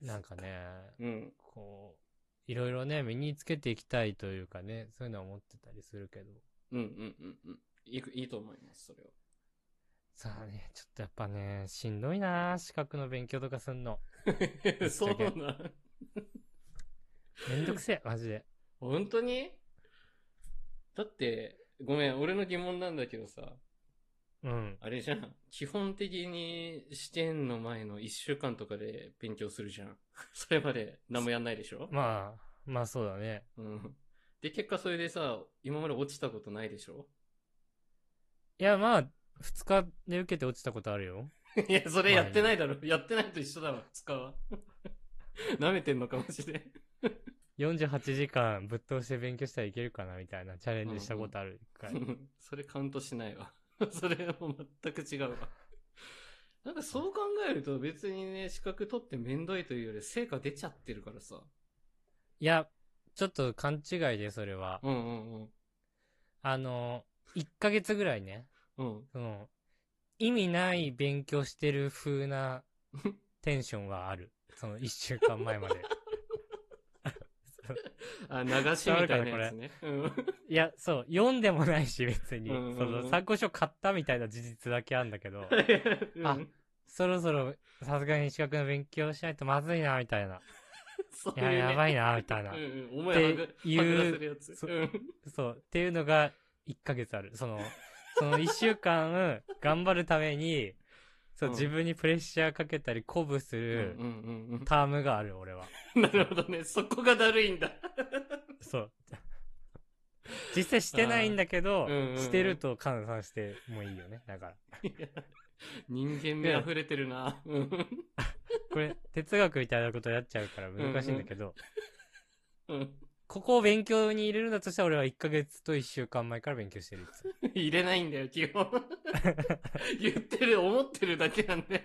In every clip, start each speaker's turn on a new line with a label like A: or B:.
A: なんかね、
B: うん。
A: こう、いろいろね、身につけていきたいというかね、そういうのは思ってたりするけど、
B: うんうんうんうん。いいいいと思います、それは。
A: さあね、ちょっとやっぱね、しんどいなあ資格の勉強とかすんの。
B: そうなん。
A: めんどくせえ、 マジで。
B: 本当にだって、ごめん、俺の疑問なんだけどさ、
A: うん。
B: あれじゃん。基本的に試験の前の1週間とかで勉強するじゃん。 それまで何もやんないでしょ、
A: まあ、まあそうだね。
B: うん。で、結果それでさ、今まで落ちたことないでしょ
A: いや、まあ、二日で受けて落ちたことあるよ。
B: いや、それやってないだろ。やってないと一緒だわ、使うわ。 舐めてんのかもしれん。
A: 48時間ぶっ通して勉強したらいけるかなみたいなチャレンジしたことあるから。
B: うん それカウントしないわ。 それもう全く違うわ。 なんかそう考えると別にね、資格取ってめんどいというより成果出ちゃってるからさ。
A: いや、ちょっと勘違いで、それは。
B: うんうんうん。
A: あの、1ヶ月ぐらいね、
B: うん。
A: その、意味ない勉強してる風なテンションはある。その1週間前まで。
B: あ、流しみたいなやつね。うん。
A: いや、そう、読んでもないし、別に。
B: うんうんうん
A: その、参考書買ったみたいな事実だけあんだけど、
B: うん
A: あそろそろ、さすがに資格の勉強しないとまずいな、みたいな。
B: そう
A: い
B: いう
A: や、
B: ね
A: やばいな、みたい
B: うん
A: な。
B: うん。お前はぐは
A: っていう
B: ぐらせるやつ。
A: そ
B: うん。
A: そう。っていうのが、1ヶ月ある。その、その1週間、頑張るために、そう、
B: うん
A: 自分にプレッシャーかけたり、鼓舞する
B: うんうん
A: タームがある、俺は。
B: うん。 なるほどね。そこがだるいんだ。
A: そう。実際してないんだけど、
B: あーうんうんうん
A: してると換算してもいいよね。だから。
B: いや人間味溢れてるな。うん。
A: こ れ、哲学みたいなことやっちゃうから難しいんだけど、
B: うん。
A: ここを勉強に入れるんだとしたら、俺は1ヶ月と1週間前から勉強してるいつも。
B: 入れないんだよ、基本。 言ってる、思ってるだけなんだよ。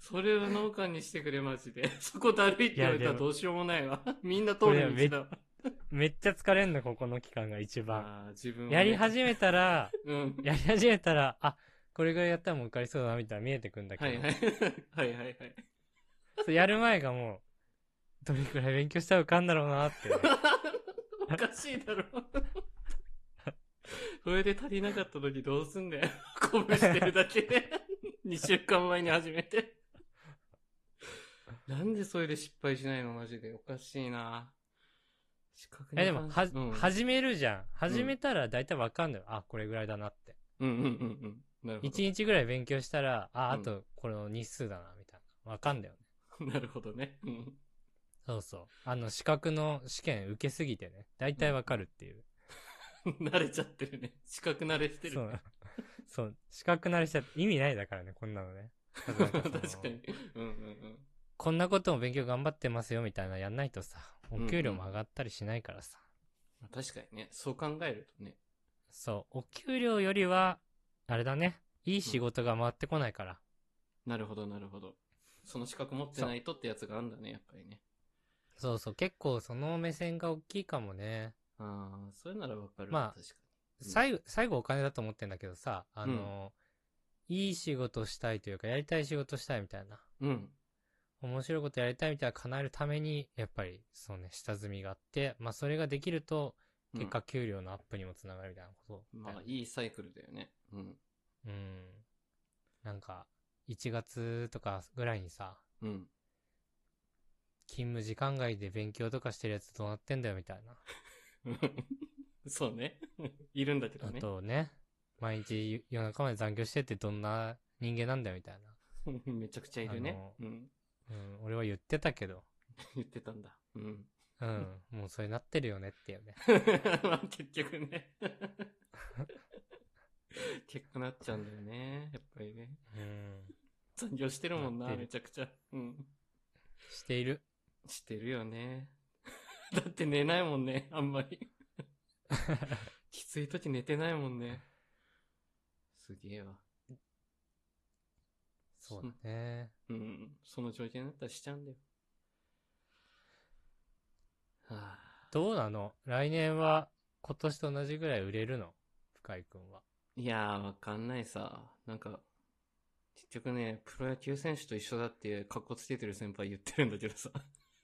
B: それを脳幹にしてくれ、マジで。そこだるいって言われた
A: いや
B: ら
A: でも
B: どうしようもないわ。みんな通る道だわ。
A: めっちゃ疲れんの、ここの期間が一番。
B: まあ、自分をね
A: やり始めたら、
B: うん。
A: やり始めたら、あ、これぐらいやったらもう受かりそうだな、みたいな見えてくんだけ
B: は
A: ど、
B: いはい。はいはいはい。
A: そうやる前がもう、どれくらい勉強したら受かんだろうなってね、
B: おかしいだろ。 それで足りなかった時どうすんだよ。 鼓舞してるだけ で。2週間前に始めて。 なんでそれで失敗しないのマジで。おかしいな。資格に
A: えでも、は
B: 関し、うん、
A: 始めるじゃん。始めたら大体わかんのよ。あ、これぐらいだなって。
B: うんうんうんうん。なるほ
A: 1日ぐらい勉強したら、あ、あとこの日数だな、みたいな。わかんだよね。
B: ど。 なるほどね。うん。
A: そうそう。あの、資格の試験受けすぎてね。大体わかるっていう。
B: 慣れちゃってるね。資格慣れしてる
A: そ
B: ね、
A: う。 そう。資格慣れしちゃって意味ないだからね、こんなの ね。
B: 確かに。うんうんうん。
A: こんなことも勉強頑張ってますよみたいなやんないとさ、お給料も上がったりしないからさ。
B: まあ確かにね。そう考えるとね。
A: そう、お給料よりは、あれだね、いい仕事が回ってこないから。
B: なるほど、なるほど。その資格持ってないとってやつがあんだね、やっぱりね。
A: そうそう、結構その目線が大きいかもね。
B: ああ、それならわかる。
A: まあ
B: 確かうん
A: 最後、最後お金だと思ってんだけどさ、あの、いい仕事したいというか、やりたい仕事したいみたいな。
B: に。うん。
A: 面白いことやりたいみたいな叶えるために、やっぱり、そうね、下積みがあって、まあそれができると、
B: うん
A: 結果給料のアップにもつながるみたいなことだよね、
B: まあ、いいサイクルだよね。うん。
A: うん。なんか、1月とかぐらいにさ、
B: うん。
A: 勤務時間外で勉強とかしてるやつどうなってんだよみたいな。
B: そうね。 いるんだけど
A: あ
B: ね。
A: とね、毎日夜中まで残業してってどんな人間なんだよみたい
B: めちゃくちゃいるね
A: あの。
B: うん。
A: な。うん、俺は言ってたけど、
B: 言ってたんだ。うん。
A: うん、もうそれなってるよねっていうね。
B: まあ、結局ね。 結果なっちゃうんだよね。やっぱりね。
A: うん、
B: 残業してるもんな、
A: なってる
B: めちゃくちゃ。うん。
A: している。
B: してるよね。 だって寝ないもんね、あん まり。きつい時寝てないもんね。すげえわ。
A: そうだね。
B: うん。その状況になったらしちゃうんだよ。はあ、
A: どうなの来年は今年と同じぐらい売れるの深井くんは。
B: いやー、わかんないさ。なんか、結局ね、プロ野球選手と一緒だって、格好つけてる先輩言ってるんだけどさ。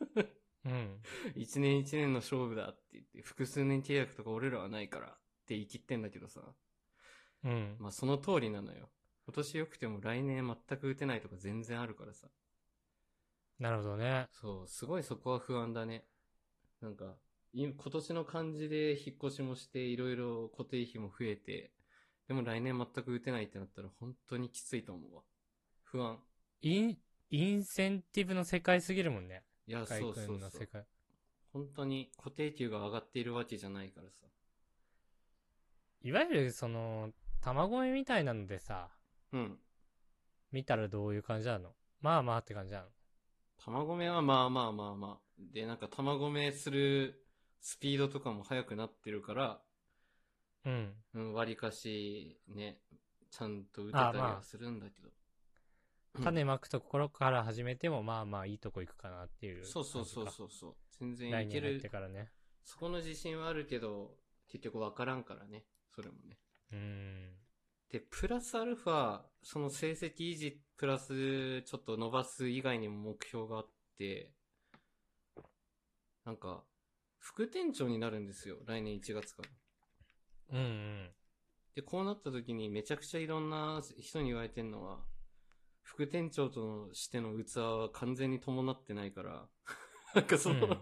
A: うん。
B: 一年一年の勝負だって言って、複数年契約とか俺らはないからって言い切ってんだけどさ。
A: うん。
B: まあその通りなのよ。今年良くても来年全く打てないとか全然あるからさ。
A: なるほどね。
B: そう、すごいそこは不安だね。なんか、い今年の感じで引っ越しもして、いろいろ固定費も増えて、でも来年全く打てないってなったら本当にきついと思うわ。不安。
A: イン、インセンティブの世界すぎるもんね。
B: いや、そ
A: 海
B: うそうそ
A: 君の世
B: う。
A: 界。
B: 本当に固定給が上がっているわけじゃないからさ。
A: いわゆる、その、卵絵みたいなのでさ、
B: うん。
A: 見たらどういう感じなのまあまあって感じなの
B: 卵目はまあまあまあまあ。で、なんか卵目するスピードとかも速くなってるから、
A: うん。
B: うん、割かし、ね、ちゃんと打てたりはするんだけど。うん
A: 種まくところから始めても、まあまあいいとこ行くかなっていう。
B: そうそうそう
A: う。
B: そうそう。全然
A: 来
B: いけ
A: 年入っ
B: る
A: て。からね。
B: そこの自信はあるけど、結局わからんからね。それもね。
A: うん。
B: で、プラスアルファ、その成績維持、プラスちょっと伸ばす以外にも目標があって、なんか、副店長になるんですよ。来年1月から。
A: うんうん。
B: で、こうなった時にめちゃくちゃいろんな人に言われてんのは、副店長としての器は完全に伴ってないから、 なんかその、
A: うん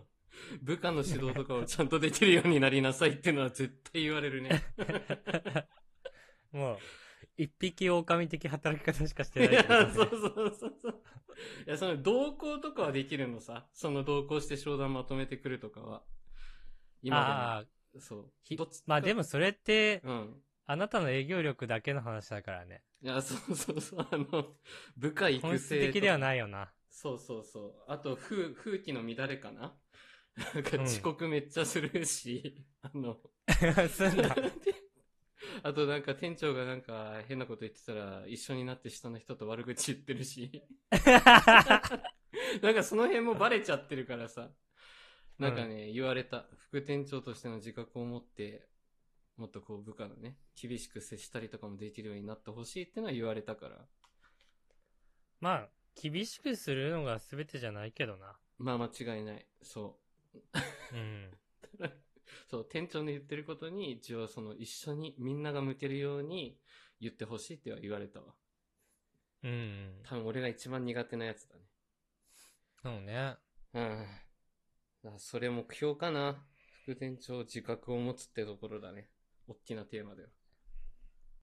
B: 部下の指導とかをちゃんとできるようになりなさいってのは絶対言われるね。
A: もう、一匹狼的働き方しかし
B: い
A: てないってこと
B: や
A: ね、
B: そうそうそうそう。いや、その同行とかはできるのさ。その同行して商談まとめてくるとかは。
A: あ
B: 今
A: あ、
B: でも。そう。
A: ひ
B: どっちか
A: まあでも、それって、
B: うん。
A: あなたの営業力だけの話だからね。
B: いや、そうそうそう。あの、部下育成とか。
A: 本質的ではないよ な。
B: そうそうそう。あと、風、風紀の乱れかななんか
A: うん
B: 遅刻めっちゃするし、あの、
A: すん だ。
B: あとなんか店長がなんか変なこと言ってたら一緒になって下の人と悪口言ってるし、なんかその辺もバレちゃってるからさ、なんかね、言われた。副店長としての自覚を持って、もっとこう部下のね、厳しく接したりとかもできるようになってほしいってのは言われたから。
A: まあ、厳しくするのが全てじゃないけどな。
B: まあ間違いない。そう。
A: うん。
B: そう、店長の言ってることに、一応その一緒にみんなが向けるように言ってほしいっては言われたわ。
A: うんうん。
B: 多分俺が一番苦手なやつだね。
A: そうね。
B: うん。だからそれ目標かな。副店長自覚を持つってところだね。大きなテーマだよ。